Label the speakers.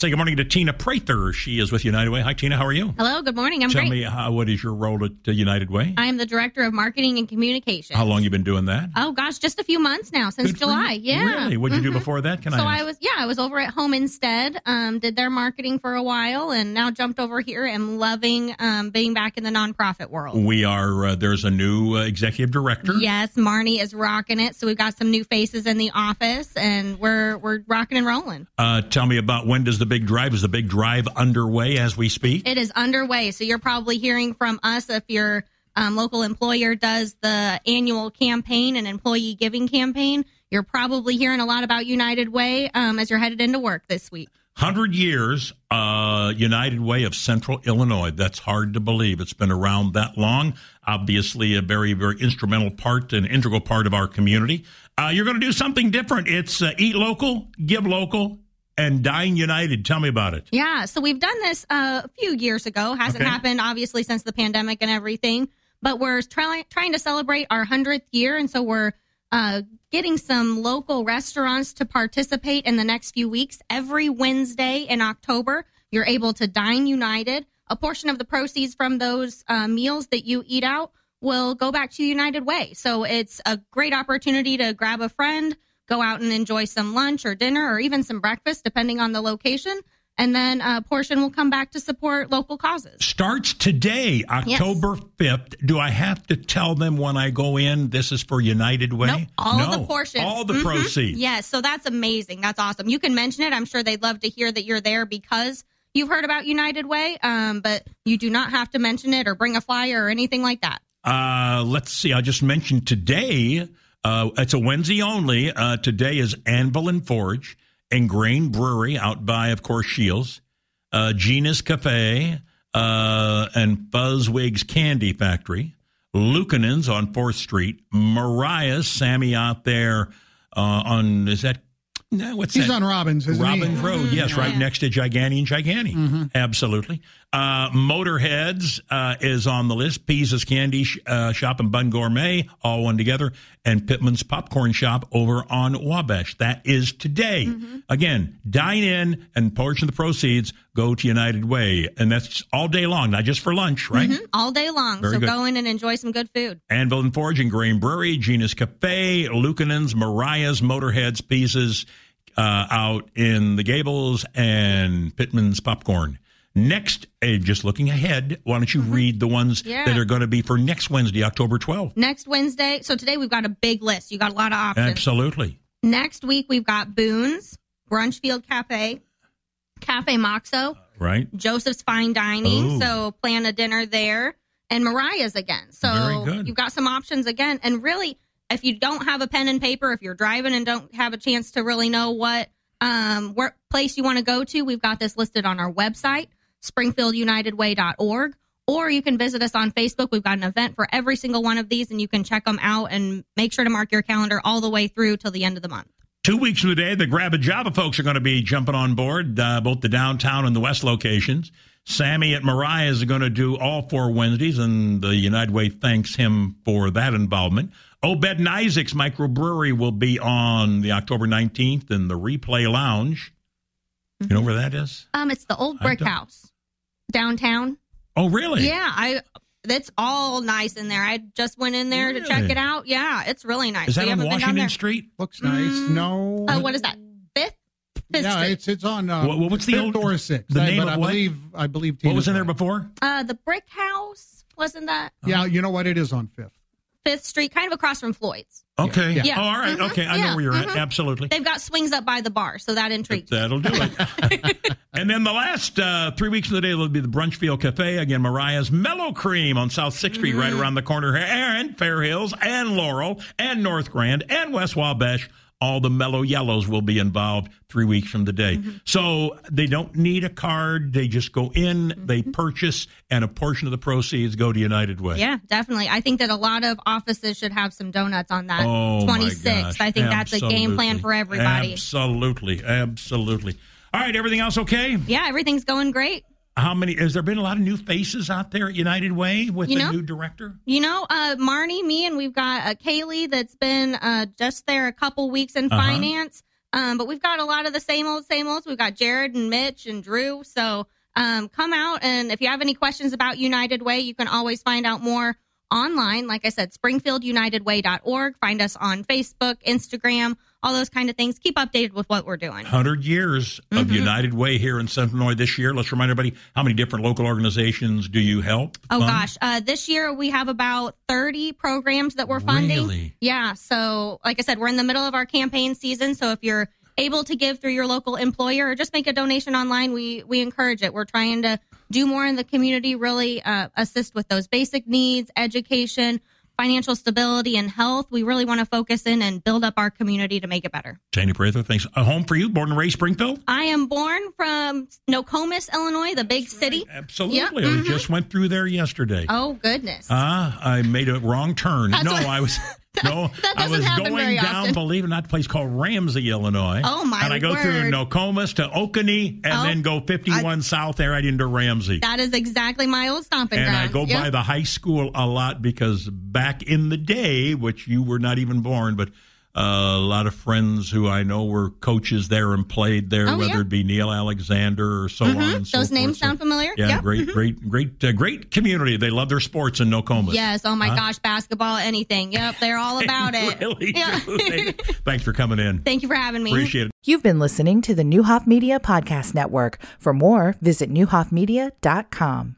Speaker 1: Say good morning to Tina Prather. She is with United Way. Hi, Tina. How are you?
Speaker 2: Hello, good morning. I'm
Speaker 1: Tell
Speaker 2: great.
Speaker 1: me, how, what is your role at uh, United Way?
Speaker 2: I am the director of marketing and communications.
Speaker 1: How long you been doing that?
Speaker 2: Oh gosh, just a few months now since
Speaker 1: Good for
Speaker 2: July.
Speaker 1: you.
Speaker 2: Yeah.
Speaker 1: Really? What'd you
Speaker 2: Mhm.
Speaker 1: do before that? Can
Speaker 2: so
Speaker 1: I?
Speaker 2: I was yeah, I was over at home instead. Um, did their marketing for a while and now jumped over here. Am loving um, being back in the nonprofit world.
Speaker 1: We are. Uh, there's a new uh, executive director.
Speaker 2: Yes, Marnie is rocking it. So we've got some new faces in the office and we're we're rocking and rolling.
Speaker 1: Uh, tell me about when does the big drive? Is the big drive underway as we speak?
Speaker 2: It is underway. So you're probably hearing from us if your um, local employer does the annual campaign and employee giving campaign. You're probably hearing a lot about United Way um, as you're headed into work this week.
Speaker 1: Hundred years, uh, United Way of Central Illinois. That's hard to believe. It's been around that long. Obviously, a very, very instrumental part, an integral part of our community. Uh, you're going to do something different. It's uh, eat local, give local, and dine united. Tell me about it.
Speaker 2: Yeah, so we've done this uh, a few years ago. Hasn't
Speaker 1: Okay.
Speaker 2: happened obviously since the pandemic and everything, but we're trying trying to celebrate our hundredth year, and so we're uh, getting some local restaurants to participate in the next few weeks. Every Wednesday in October, you're able to dine united. A portion of the proceeds from those uh, meals that you eat out will go back to United Way. So it's a great opportunity to grab a friend, go out and enjoy some lunch or dinner or even some breakfast, depending on the location and then a portion will come back to support local causes.
Speaker 1: Starts today,
Speaker 2: Yes.
Speaker 1: October 5th. Do I have to tell them when I go in this is for United Way?
Speaker 2: Nope, all
Speaker 1: no.
Speaker 2: the portions.
Speaker 1: All the
Speaker 2: Mhm.
Speaker 1: proceeds.
Speaker 2: Yes, so that's amazing. That's awesome. You can mention it. I'm sure they'd love to hear that you're there because you've heard about United Way, um, but you do not have to mention it or bring a flyer or anything like that.
Speaker 1: Uh, let's see. I just mentioned today. Uh, it's a Wednesday only. Uh, today is Anvil and Forge and Grain Brewery out by, of course, Shields, uh, Gina's Cafe, uh, and Fuzzwig's Candy Factory, Lucanins on Fourth Street, Mariah's, Sammy out there uh, on is that? No, what's
Speaker 3: He's
Speaker 1: that?
Speaker 3: on Robbins, isn't he?
Speaker 1: Robbins Road, yes, right
Speaker 2: Yeah.
Speaker 1: next to Giganti and Giganti. Absolutely. Uh, Motorheads uh, is on the list. Pease's Candy Sh- uh, Shop and Bun Gourmet, all one together. And Pittman's Popcorn Shop over on Wabash. That is today. Again, dine in and portion of the proceeds go to United Way. And that's all day long, not just for lunch, right?
Speaker 2: Mhm, All day long.
Speaker 1: Very
Speaker 2: so
Speaker 1: good.
Speaker 2: go in and enjoy some good food.
Speaker 1: Anvil and Forge and Grain Brewery, Gina's Cafe, Lucanins, Mariah's, Motorhead's, Pieces uh, out in the Gables, and Pittman's Popcorn. Next, uh, just looking ahead, why don't you read the ones
Speaker 2: Yeah.
Speaker 1: that are going to be for next Wednesday, October 12th?
Speaker 2: Next Wednesday, so today we've got a big list. You got a lot of options.
Speaker 1: Absolutely.
Speaker 2: Next week we've got Boone's, Brunchfield Cafe, Cafe Moxo,
Speaker 1: Right?
Speaker 2: Joseph's Fine
Speaker 1: Oh.
Speaker 2: Dining. So plan a dinner there. And Mariah's again.
Speaker 1: Very
Speaker 2: So
Speaker 1: good.
Speaker 2: you've got some options again. And really, if you don't have a pen and paper, if you're driving and don't have a chance to really know what um, where, place you want to go to, we've got this listed on our website, springfieldunitedway.org. Or you can visit us on Facebook. We've got an event for every single one of these, and you can check them out and make sure to mark your calendar all the way through till the end of the month.
Speaker 1: Two weeks from today, the Grab a Java folks are going to be jumping on board, uh, both the downtown and the west locations. Sammy at Mariah's is going to do all four Wednesdays, and the United Way thanks him for that involvement. Obed and Isaac's microbrewery will be on the October 19th in the Replay Lounge. You know where that is?
Speaker 2: Um, it's the old
Speaker 1: I
Speaker 2: brick
Speaker 1: don't-
Speaker 2: house downtown.
Speaker 1: Oh, really?
Speaker 2: Yeah, I. That's all nice in there. I just went in there to
Speaker 1: Really?
Speaker 2: check it out. Yeah, it's really nice.
Speaker 1: Is that on
Speaker 2: We haven't been down
Speaker 1: Washington
Speaker 2: there.
Speaker 1: Street?
Speaker 3: Looks nice.
Speaker 2: Mm.
Speaker 3: No.
Speaker 2: Uh, what is that? Fifth. Fifth
Speaker 3: yeah,
Speaker 2: Street.
Speaker 3: it's it's on. Uh,
Speaker 1: What- what's the
Speaker 3: fifth
Speaker 1: old-
Speaker 3: or sixth?
Speaker 1: the
Speaker 3: I-
Speaker 1: name
Speaker 3: but
Speaker 1: of
Speaker 3: I
Speaker 1: what?
Speaker 3: believe I believe.
Speaker 1: What
Speaker 3: Tina's
Speaker 1: was in there
Speaker 3: right.
Speaker 1: before?
Speaker 2: Uh, the brick house wasn't that
Speaker 3: Yeah, you know what? It is on fifth.
Speaker 2: Fifth Street, kind of across from Floyd's.
Speaker 1: Okay.
Speaker 3: Yeah.
Speaker 2: Yeah.
Speaker 1: Oh, all right.
Speaker 2: Mhm.
Speaker 1: Okay. I know
Speaker 2: Yeah.
Speaker 1: where you're at.
Speaker 2: Mhm.
Speaker 1: Absolutely.
Speaker 2: They've got swings up by the bar, so that intrigues. me.
Speaker 1: That'll do it. and then the last uh, three weeks of the day will be the Brunchfield Cafe. Again, Mariah's Mellow Cream on South 6th Street, right
Speaker 2: Mm-hmm.
Speaker 1: around the corner here. And Fair Hills and Laurel and North Grand and West Wabash. All the mellow yellows will be involved three weeks from today.
Speaker 2: Mm-hmm.
Speaker 1: So they don't need a card. They just go in,
Speaker 2: Mm-hmm.
Speaker 1: they purchase, and a portion of the proceeds go to United Way.
Speaker 2: Yeah, definitely. I think that a lot of offices should have some donuts on that
Speaker 1: Oh, my
Speaker 2: 26th.
Speaker 1: gosh.
Speaker 2: I think that's a game plan
Speaker 1: Absolutely.
Speaker 2: for everybody.
Speaker 1: Absolutely. Absolutely. All right. Everything else okay?
Speaker 2: yeah, everything's going great.
Speaker 1: How many? Has there been a lot of new faces out there at United Way with
Speaker 2: You
Speaker 1: the
Speaker 2: know-
Speaker 1: new director?
Speaker 2: You know, uh, Marnie, me, and we've got uh, Kaylee that's been uh, just there a couple weeks in
Speaker 1: Uh-huh.
Speaker 2: finance. Um, but we've got a lot of the same old, same olds. We've got Jared and Mitch and Drew. So um, come out. And if you have any questions about United Way, you can always find out more online. Like I said, springfieldunitedway.org. Find us on Facebook, Instagram, all those kind of things. Keep updated with what we're doing.
Speaker 1: 100 years of
Speaker 2: Mhm.
Speaker 1: United Way here in Central Illinois this year. Let's remind everybody how many different local organizations do you help?
Speaker 2: Oh,
Speaker 1: fund?
Speaker 2: gosh. Uh, this year, we have about 30 programs that we're funding.
Speaker 1: Really?
Speaker 2: Yeah. So, like I said, we're in the middle of our campaign season. So, if you're able to give through your local employer or just make a donation online, we we encourage it. We're trying to do more in the community, really uh, assist with those basic needs, education, financial stability, and health. We really want to focus in and build up our community to make it better.
Speaker 1: Tanya Prather, thanks. A home for you, born and raised Springfield?
Speaker 2: I am born from Nokomis, Illinois, the big city.
Speaker 1: Absolutely.
Speaker 2: Yep,
Speaker 1: I
Speaker 2: mhm.
Speaker 1: just went through there yesterday.
Speaker 2: Oh goodness.
Speaker 1: Ah, I made a wrong turn.
Speaker 2: That's
Speaker 1: no,
Speaker 2: what-
Speaker 1: I was no,
Speaker 2: that
Speaker 1: I was
Speaker 2: doesn't happen
Speaker 1: going
Speaker 2: very
Speaker 1: down.
Speaker 2: often.
Speaker 1: Believe it or not, a place called Ramsey, Illinois.
Speaker 2: Oh, my
Speaker 1: And I go through
Speaker 2: word.
Speaker 1: Nokomis to Oconee, and
Speaker 2: Oh,
Speaker 1: then go 51 south there right into Ramsey.
Speaker 2: that is exactly my old stomping
Speaker 1: and I
Speaker 2: grounds.
Speaker 1: go
Speaker 2: Yep.
Speaker 1: by the high school a lot because back in the day, which you were not even born, but uh, a lot of friends who I know were coaches there and played there,
Speaker 2: Oh,
Speaker 1: whether
Speaker 2: yeah. Mm-hmm.
Speaker 1: it be Neil Alexander or so on. And so
Speaker 2: Those names
Speaker 1: forth. So,
Speaker 2: sound familiar?
Speaker 1: Yeah,
Speaker 2: Yep. Mm-hmm.
Speaker 1: great, great, great, uh, great community. They love their sports in Nokomis.
Speaker 2: Yes. Oh my
Speaker 1: Huh?
Speaker 2: gosh, basketball, anything. Yep, they're all about it.
Speaker 1: Really
Speaker 2: Yeah.
Speaker 1: do. Thank- Thanks for coming in.
Speaker 2: Thank you for having me.
Speaker 1: Appreciate it.
Speaker 4: You've been listening to the Newhoff Media Podcast Network. For more, visit newhoffmedia.com.